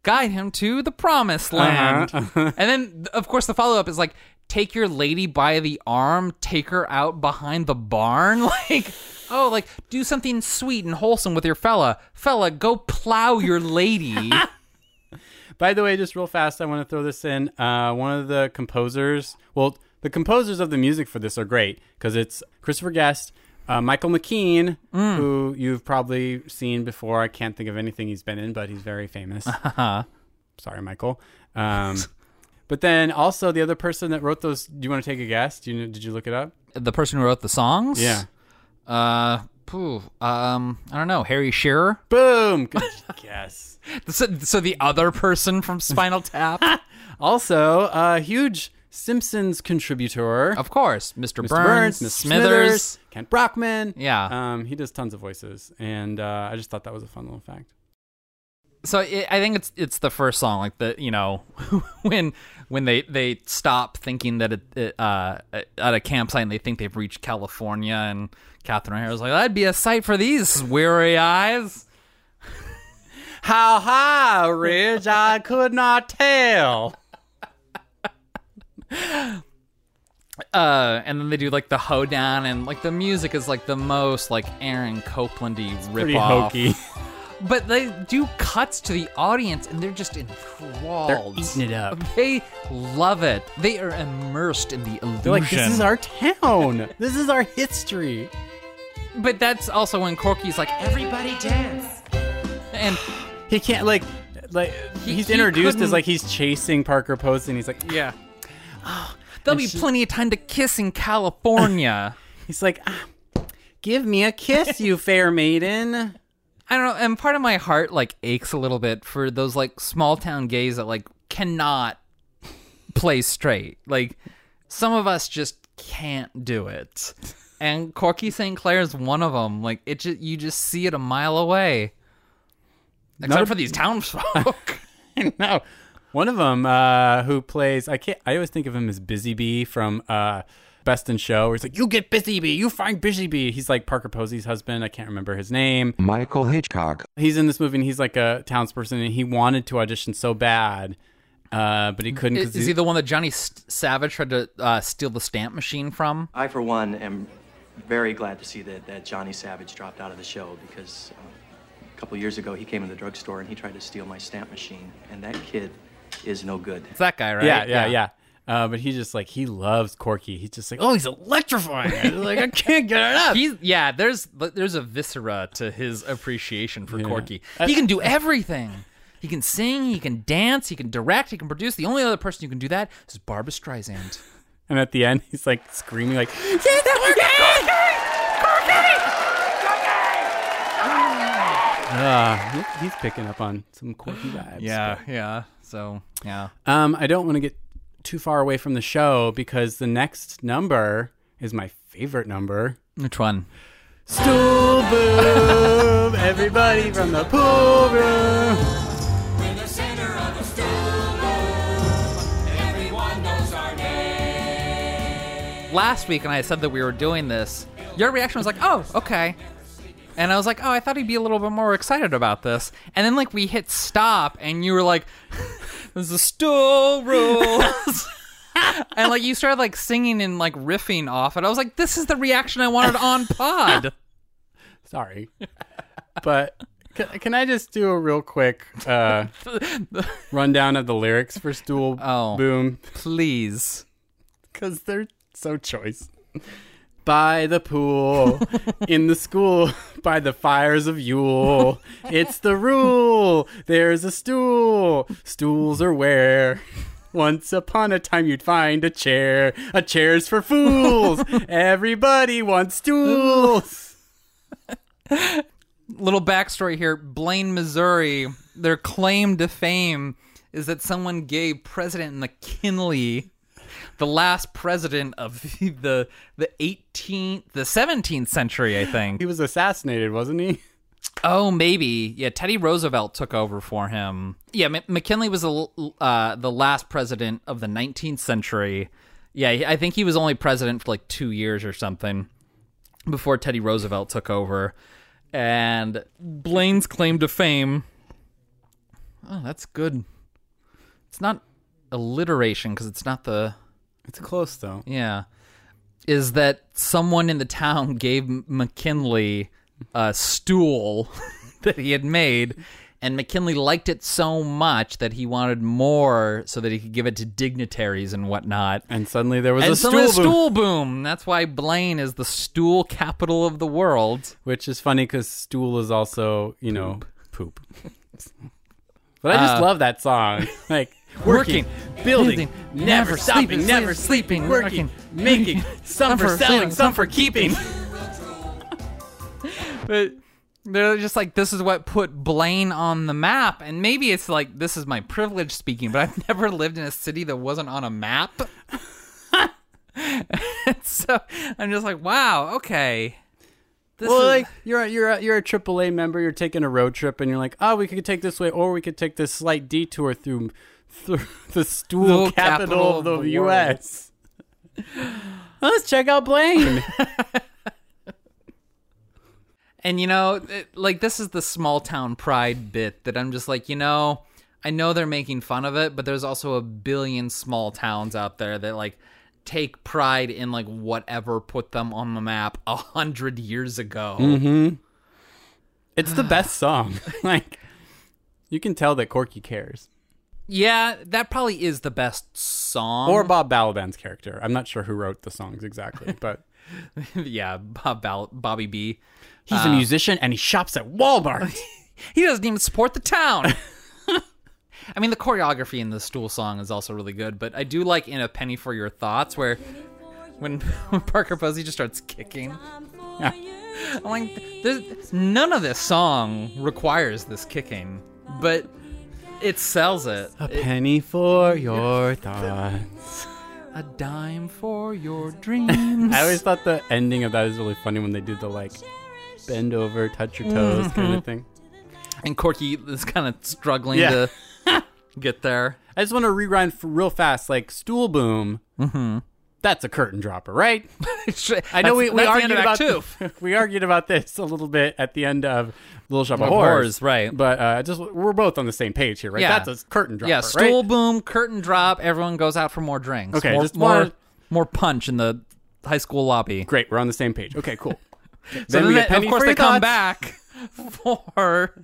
Guide him to the promised land. And then, of course, the follow up is like, take your lady by the arm, take her out behind the barn. Like, oh, like, do something sweet and wholesome with your fella. Fella, go plow your lady.
By the way, just real fast, I want to throw this in. Uh, one of the composers, well, the composers of the music for this are great because it's Christopher Guest, Uh, Michael McKean, who you've probably seen before. I can't think of anything he's been in, but he's very famous. Sorry, Michael. Um, but then also the other person that wrote those. Do you want to take a guess? Do you did you look it up?
The person who wrote the songs?
Yeah.
Uh, phew, um, I don't know. Harry Shearer?
Boom. Good guess.
So, so the other person from Spinal Tap?
Also, a huge Simpsons contributor.
of course. Mr.
Mr.
Burns,
Miss
Smithers.
Kent Brockman.
Yeah.
Um, he does tons of voices. And uh, I just thought that was a fun little fact.
So it, I think it's it's the first song, like the you know when when they they stop thinking that it, it uh at a campsite and they think they've reached California and Catherine O'Hara's like that'd be a sight for these weary eyes.
How high, Ridge? I could not tell.
Uh, and then they do like the hoedown and like the music is like the most like Aaron Copelandy
Pretty
ripoff.
hokey.
But they do cuts to the audience and they're just enthralled.
They're eating it up.
They love it. They are immersed in the illusion.
They're like, this is our town. this is our history.
But that's also when Corky's like, everybody dance. And
He can't, like, like he's
he
introduced as
couldn't-
like he's chasing Parker Post and he's like,
yeah. There'll be plenty of time to kiss in California.
he's like, ah, give me a kiss, you fair maiden.
I don't know. And part of my heart like aches a little bit for those like small town gays that like cannot play straight. Like some of us just can't do it. And Corky St. Clair is one of them. Like it, ju- you just see it a mile away. Except
Not a-
for these townsfolk.
no. One of them uh, who plays, I can't. I always think of him as Busy Bee from uh, Best in Show. Where he's like, "You get Busy Bee, you find Busy Bee." He's like Parker Posey's husband. I can't remember his name.
Michael Hitchcock.
He's in this movie, and he's like a townsperson, and he wanted to audition so bad, uh, but he couldn't.
Is, is he the one that Johnny S Savage tried to uh, steal the stamp machine from?
I, for one, am very glad to see that, that Johnny Savage dropped out of the show because um, a couple years ago he came in the drugstore and he tried to steal my stamp machine, and that kid is no good.
It's that guy, right?
yeah, yeah, yeah. Uh, but he just like he loves Corky. He's just like, oh, he's electrifying. He's like I can't get it up.
He's yeah. There's there's a viscera to his appreciation for Corky. He can do everything. He can sing. He can dance. He can direct. He can produce. The only other person who can do that is Barbara Streisand.
and at the end, he's like screaming, like, uh, he's picking up on some Corky vibes.
yeah. So yeah.
Um, I don't want to get too far away from the show because the next number is my favorite number.
Which one?
Stool boom, everybody from the pool room.
Last week, when I said that we were doing this, your reaction was like, "Oh, okay." And I was like, "Oh, I thought he'd be a little bit more excited about this." And then, like, we hit stop, and you were like, "This is still rules." and like you started like singing and like riffing off it. I was like, this is the reaction I wanted on pod.
Sorry, but can, can I just do a real quick uh, rundown of the lyrics for Stool
Oh.
Boom?
Please.
because they're so choice. By the pool, in the school, by the fires of Yule. It's the rule. There's a stool. Stools are where. Once upon a time, you'd find a chair. A chair's for fools. Everybody wants stools.
Little backstory here. Blaine, Missouri, their claim to fame is that someone gave President McKinley the last president of the the 18th the 17th century i think
He was assassinated, wasn't he?
Oh, maybe. Yeah, Teddy Roosevelt took over for him. Yeah, M- McKinley was the l- uh, the last president of the 19th century. Yeah, he- I think he was only president for like two years or something before Teddy Roosevelt took over. And Blaine's claim to fame. Oh, that's good. It's not alliteration because it's not the
It's close, though.
yeah. Is that someone in the town gave M- McKinley a stool that he had made And McKinley liked it so much that he wanted more so that he could give it to dignitaries and whatnot.
And suddenly there was
and
a
suddenly
stool boom.
stool boom. That's why Blaine is the stool capital of the world.
Which is funny because stool is also, you know, poop. but I just
Uh,
love that song. Like, working, building, never stopping, never sleeping, working, making, some for selling, some for keeping.
but they're just like this is what put blaine on the map and maybe it's like this is my privilege speaking but i've never lived in a city that wasn't on a map so i'm just like wow okay this
well,
is-
like you're a, you're a, you're a AAA member. You're taking a road trip, and you're like, oh, we could take this way, or we could take this slight detour through, through the stool
Stool
capital, of the, U.S. Let's check out Blaine.
And you know, it, like this is the small town pride bit that I'm just like, you know, I know they're making fun of it, but there's also a billion small towns out there that like take pride in like whatever put them on the map a hundred years ago.
hmm It's the best song. like you can tell that Corky cares,
Yeah, that probably is the best song.
or Bob Balaban's character. I'm not sure who wrote the songs exactly, but
yeah, Bob Bal- Bobby B.
he's
Uh,
a musician and he shops at Walmart.
He doesn't even support the town. I mean, the choreography in the stool song is also really good, but I do like in a penny for your thoughts where when Parker Posey just starts kicking.
Yeah.
I'm like, there's, none of this song requires this kicking, but it sells it.
a penny for your thoughts.
A dime for your dreams.
I always thought the ending of that was really funny when they did the like bend over, touch your toes
Mm-hmm.
kind of thing.
and Corky is kind of struggling
Yeah.
to get there.
I just want to rewind for real fast, like stool boom. Mm-hmm. That's a curtain dropper, right? I know we, we argued about
two.
we argued about this a little bit at the end of Little Shop of
Of
Horrors,
Horrors, right.
But uh, just we're both on the same page here, right?
Yeah.
That's a curtain dropper,
yeah, stool
right?
boom, curtain drop. Everyone goes out for more drinks.
Okay,
more
just
more,
wanna-
more punch in the high school lobby.
Great, we're on the same page. Okay, cool.
So
we
then,
get
they- of
Penny
course,
for
they
your thoughts.
come back for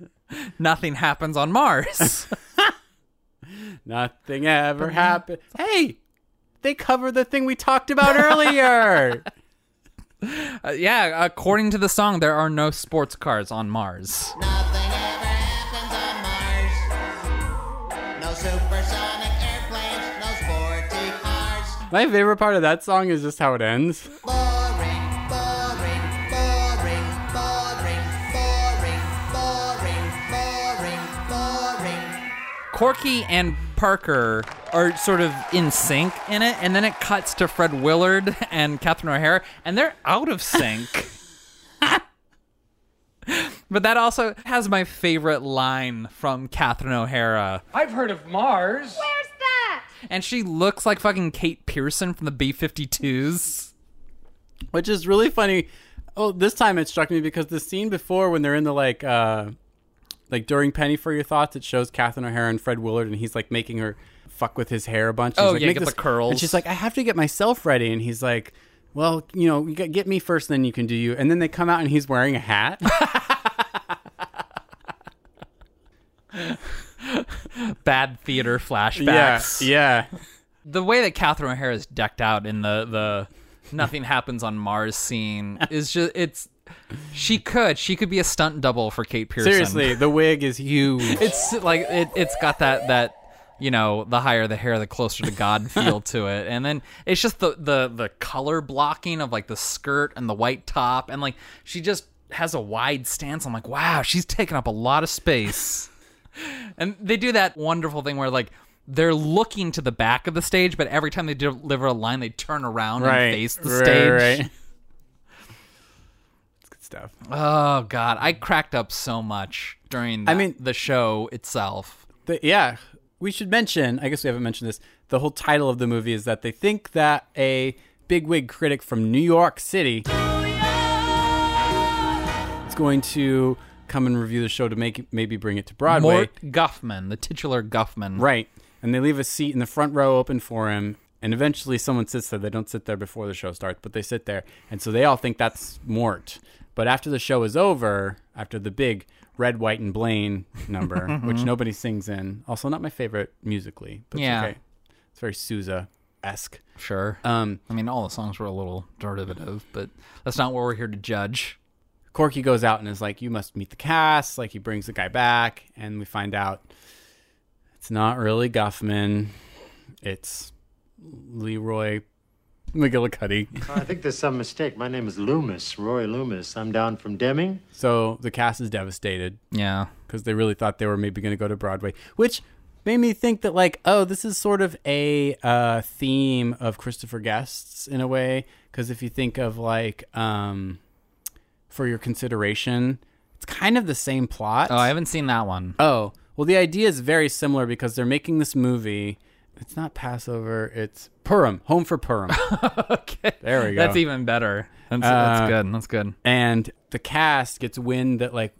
nothing happens on Mars.
Nothing ever happened. Hey, they cover the thing we talked about earlier.
Uh, yeah, according to the song, there are no sports cars on Mars.
Nothing ever happens on Mars. No supersonic airplanes, no sporty cars.
My favorite part of that song is just how it ends.
Boring, boring, boring, boring, boring, boring, boring, boring.
Corky and Parker are sort of in sync in it, and then it cuts to Fred Willard and Catherine O'Hara, and they're out of sync. but that also has my favorite line from Catherine O'Hara,
I've heard of Mars.
Where's that?
and she looks like fucking Kate Pearson from the B-52s.
which is really funny. Oh, this time it struck me because the scene before when they're in the like, uh, like during Penny for Your Thoughts, it shows Catherine O'Hara and Fred Willard, and he's like making her fuck with his hair a bunch. He's
Oh,
like,
yeah,
"Make
get the
this-"
curls.
And she's like, I have to get myself ready, and he's like, Well, you know, you got get me first, then you can do you. And then they come out, and he's wearing a hat.
Bad theater flashbacks.
yeah, yeah.
the way that Catherine O'Hara is decked out in the the nothing happens on Mars scene is just it's she could she could be a stunt double for Kate Pearson.
Seriously, the wig is huge.
it's like it it's got that that you know the higher the hair the closer to God feel to it, and then it's just the the the color blocking of like the skirt and the white top, and like she just has a wide stance. I'm like, wow, she's taking up a lot of space. And they do that wonderful thing where like they're looking to the back of the stage, but every time they deliver a line, they turn around
right,
and face the
right,
stage.
right. It's good stuff.
Oh god, I cracked up so much during.
I
that-
mean-
the show itself.
The, yeah, we should mention. I guess we haven't mentioned this. The whole title of the movie is that they think that a bigwig critic from New York City is going to come and review the show to make maybe bring it to Broadway.
Mort Guffman, the titular Guffman.
Right, and they leave a seat in the front row open for him. And eventually, someone sits there. They don't sit there before the show starts, but they sit there, and so they all think that's Mort. But after the show is over, after the big Red, White, and Blaine number, which nobody sings in. Also, not my favorite musically, but
Yeah.
it's okay. It's very Sousa esque.
Sure.
Um,
I mean, all the songs were a little derivative, but that's not what we're here to judge.
Corky goes out and is like, "You must meet the cast." Like he brings the guy back, and we find out it's not really Guffman, it's Leroy McGillicuddy.
I think there's some mistake. My name is Loomis, Roy Loomis. I'm down from Deming.
So the cast is devastated.
Yeah,
because they really thought they were maybe going to go to Broadway, which made me think that like, oh, this is sort of a uh, theme of Christopher Guest's in a way. Because if you think of like, um, for your consideration, it's kind of the same plot. Oh, I
haven't seen that one.
Oh, well, the idea is very similar because they're making this movie. It's not Passover. It's Purim, Home for Purim. okay, there we go.
That's even better. That's, that's
Uh,
good. That's good.
And the cast gets wind that like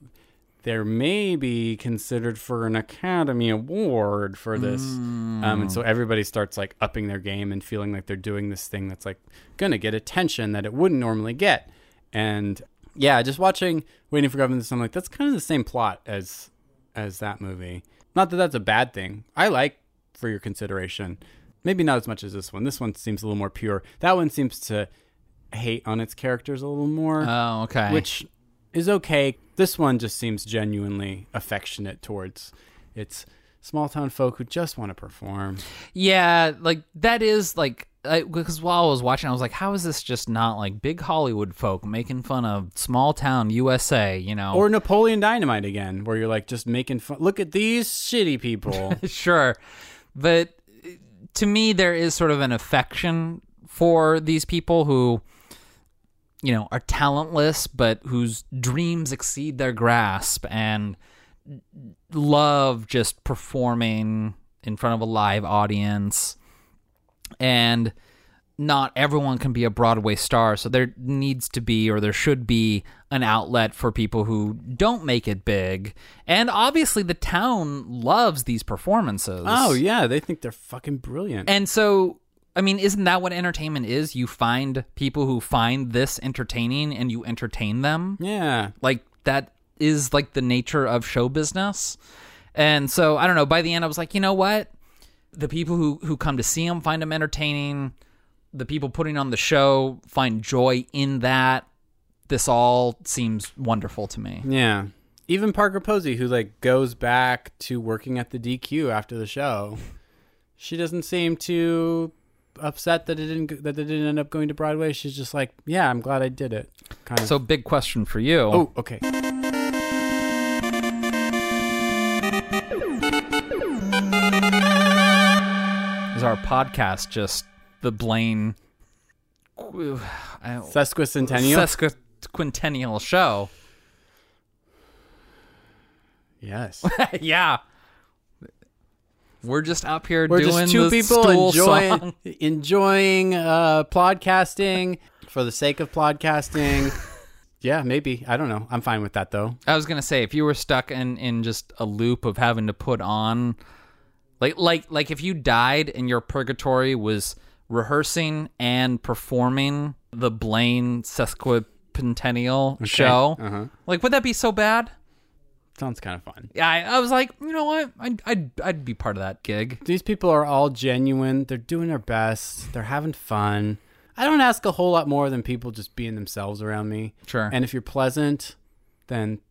they're maybe considered for an Academy Award for this, um, and so everybody starts like upping their game and feeling like they're doing this thing that's like gonna get attention that it wouldn't normally get. And yeah, just watching Waiting for Government, I'm like, that's kind of the same plot as as that movie. Not that that's a bad thing. I like for your consideration. Maybe not as much as this one. This one seems a little more pure. That one seems to hate on its characters a little more.
Oh, okay.
Which is okay. This one just seems genuinely affectionate towards its small town folk who just want to perform.
Yeah, like that is like I, because while I was watching, I was like, how is this just not like big Hollywood folk making fun of small town USA? You know,
Or Napoleon Dynamite again, where you're like just making fun. Look at these shitty people.
sure. But uh, to me, there is sort of an affection for these people who, you know, are talentless, but whose dreams exceed their grasp and love just performing in front of a live audience. And not everyone can be a Broadway star, so there needs to be or there should be an outlet for people who don't make it big. And obviously, the town loves these performances.
oh, yeah. They think they're fucking brilliant.
And so, I mean, isn't that what entertainment is? You find people who find this entertaining and you entertain them.
Yeah.
Like that is like the nature of show business. And so, I don't know, by the end I was like, "You know what? The people who who come to see him find him entertaining. The people putting on the show find joy in that. This all seems wonderful to me."
Yeah. Even Parker Posey, who like goes back to working at the DQ after the show, she doesn't seem too upset that it didn't that it didn't end up going to Broadway. She's just like, yeah, I'm glad I did it. Kind of.
So, big question for you.
oh, okay.
Is our podcast just the Blaine
Sesquicentennial?
sesquicentennial show?
Yes.
yeah, we're just up here
We're
doing
just two
the
people
stool
enjoying
song.
enjoying uh, podcasting for the sake of podcasting. yeah, maybe I don't know. I'm fine with that though.
I was gonna say if you were stuck in in just a loop of having to put on, like like like if you died and your purgatory was rehearsing and performing the Blaine sesquicentennial show,
Uh-huh.
like would that be so bad?
Sounds kind of fun.
Yeah, I, I was like, you know what? I'd, I'd, I'd be part of that gig.
These people are all genuine. They're doing their best. They're having fun. I don't ask a whole lot more than people just being themselves around me.
Sure.
And if you're pleasant, then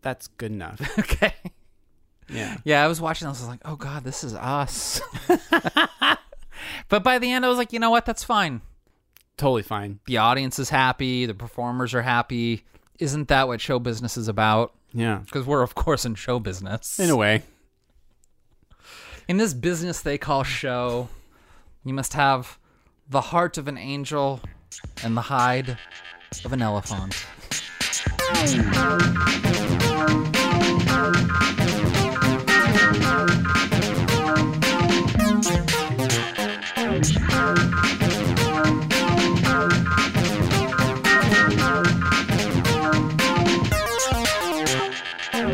that's good enough.
okay.
Yeah.
Yeah, I was watching. I was like, oh god, this is us. but by the end, I was like, you know what? That's fine.
Totally fine.
The audience is happy. The performers are happy. Isn't that what show business is about?
Yeah.
Because we're of course in show business.
In a way.
in this business they call show, you must have the heart of an angel and the hide of an elephant.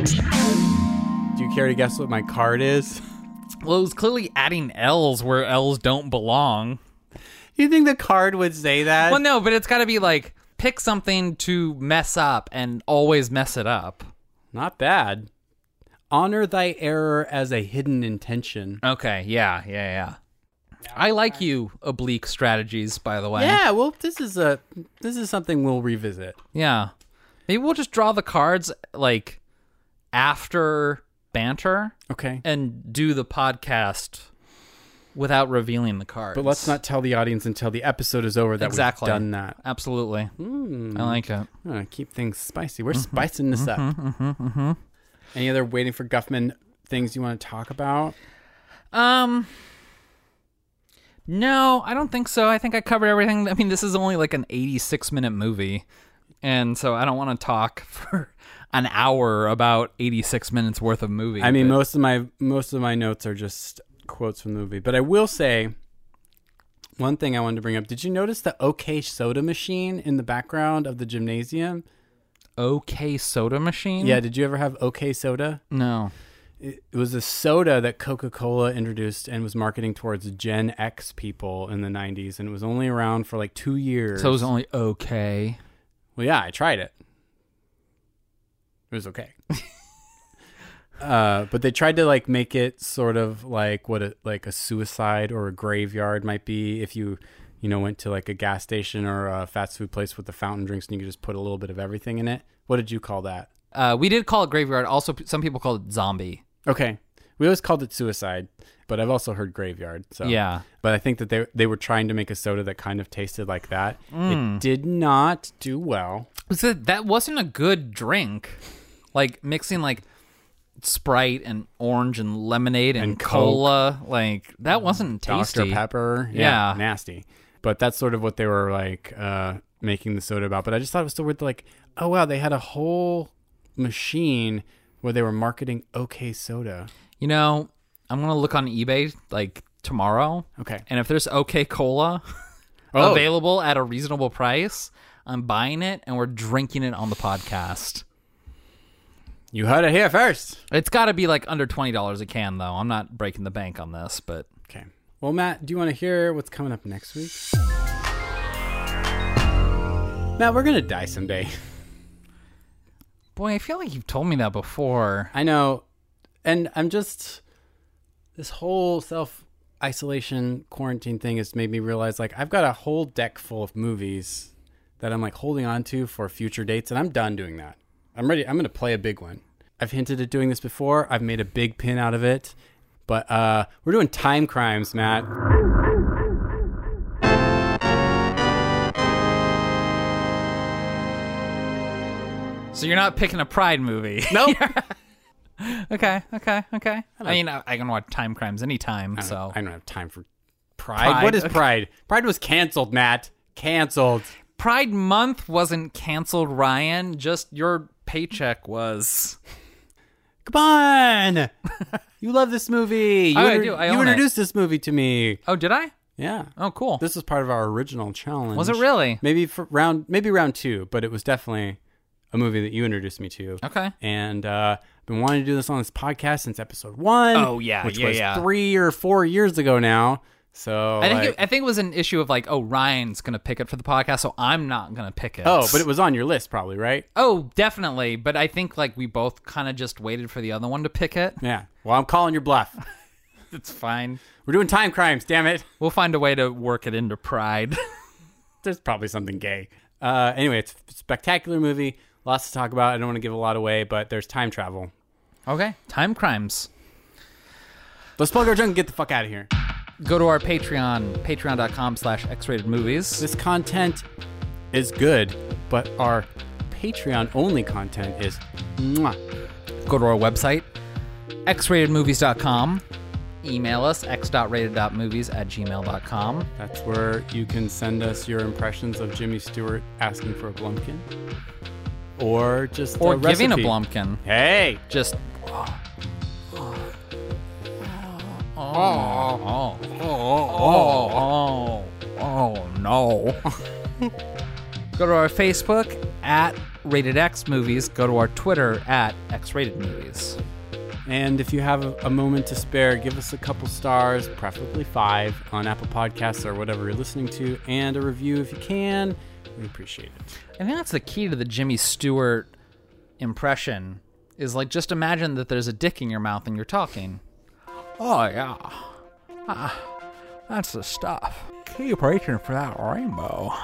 Do you care to guess what my card is?
Well, it was clearly adding L's where L's don't belong.
You think the card would say that?
Well, no, but it's got to be like pick something to mess up and always mess it up.
Not bad. Honor thy error as a hidden intention.
Okay, yeah, yeah, yeah. I like you, oblique strategies. By the way,
Yeah, well, this is a this is something we'll revisit.
yeah. Maybe we'll just draw the cards like after banter,
okay,
and do the podcast without revealing the cards.
But let's not tell the audience until the episode is over that
exactly
we've done that.
Absolutely,
Hmm.
I like it.
Ah, keep things spicy. We're
Mhm,
spicing this up.
mhm, mhm,
Mm-hmm.
mhm.
Any other waiting for Guffman things you want to talk about?
Um No, I don't think so. I think I covered everything. I mean, this is only like an 86 minute movie. And so I don't want to talk for an hour about 86 minutes worth of movie.
I mean,
but-
most of my most of my notes are just quotes from the movie. But I will say one thing I wanted to bring up. Did you notice the OK soda machine in the background of the gymnasium?
OK soda machine?
Yeah. Did you ever have OK soda?
No.
It it was a soda that Coca Cola introduced and was marketing towards Gen X people in the 90s, and it was only around for like two years.
So it was only okay.
Well, yeah, I tried it. It was okay. uh, but they tried to like make it sort of like what a like a suicide or a graveyard might be if you you know went to like a gas station or a fast food place with the fountain drinks and you could just put a little bit of everything in it. What did you call that?
Uh, we did call it graveyard. Also, p- some people called it zombie.
Okay. We always called it suicide, but I've also heard graveyard. So
Yeah.
But I think that they they were trying to make a soda that kind of tasted like that.
Mm.
It did not do well.
So that wasn't a good drink. Like mixing like Sprite and orange and lemonade and,
And Coke.
cola, like that wasn't tasty.
Dr. Pepper.
yeah.
Nasty. But that's sort of what they were like uh, making the soda about. But I just thought it was so weird. Like, oh, wow, they had a whole machine where they were marketing OK Soda.
You know, I'm gonna look on eBay like tomorrow.
Okay.
And if there's OK Cola
Oh.
available at a reasonable price, I'm buying it and we're drinking it on the podcast.
You heard it here first.
It's got to be like under twenty dollars a can, though. I'm not breaking the bank on this, but
okay. Well, Matt, do you want to hear what's coming up next week? Matt, we're going to die someday.
Boy, I feel like you've told me that before.
I know. And I'm just this whole self isolation quarantine thing has made me realize like I've got a whole deck full of movies that I'm like holding on to for future dates and I'm done doing that. I'm ready I'm going to play a big one. I've hinted at doing this before. I've made a big pin out of it. But uh we're doing time crimes, Matt.
So you're not picking a Pride movie?
Nope.
okay. Okay. Okay. I, mean, I, I can watch Time Crimes anytime. so
I don't have time for Pride. What is
okay.
Pride? Pride was canceled, Matt. Canceled.
Pride Month wasn't canceled, Ryan. Just your paycheck was.
Come on. you love this movie. You,
Oh, I
inter-
do. I
you
own it.
introduced this movie to me.
Oh, did I?
Yeah.
Oh, cool.
This was part of our original challenge.
Was it really?
Maybe for round maybe round 2, but it was definitely a movie that you introduced me to.
Okay.
And uh I've been wanting to do this on this podcast since episode 1.
Oh, yeah,
which
yeah,
was
yeah.
3 or 4 years ago now. So
I think
like-
it, I think it was an issue of like, oh, Ryan's gonna pick it for the podcast, so I'm not gonna pick it.
Oh, but it was on your list probably, right?
Oh, definitely. But I think like we both kind of just waited for the other one to pick it.
Yeah. Well, I'm calling your bluff.
It's fine.
We're doing time crimes, damn it.
We'll find a way to work it into Pride.
there's probably something gay. Uh, anyway, it's a spectacular movie. Lots to talk about. I don't want to give a lot away, but there's time travel.
okay. Time crimes.
Let's plug our junk and get the fuck out of here.
Go to our Patreon, patreon.com slash x-rated movies.
This content is good, but our Patreon only content is mwah.
go to our website, xratedmovies.com. Email us, x.rated.movies at gmail.com.
That's where you can send us your impressions of Jimmy Stewart asking for a Blumpkin. Or just
Or
a
giving a
recipe.
Blumpkin.
Hey!
Just. Oh, oh, oh, oh, oh, oh, no. go to our Facebook at Rated X Movies. Go to our Twitter at X Rated Movies.
And if you have a, a moment to spare, give us a couple stars, preferably five, on Apple Podcasts or whatever you're listening to, and a review if you can. We appreciate it.
I think that's the key to the Jimmy Stewart impression is like just imagine that there's a dick in your mouth and you're talking. Oh yeah, ah, that's the stuff. Keep reaching for that rainbow.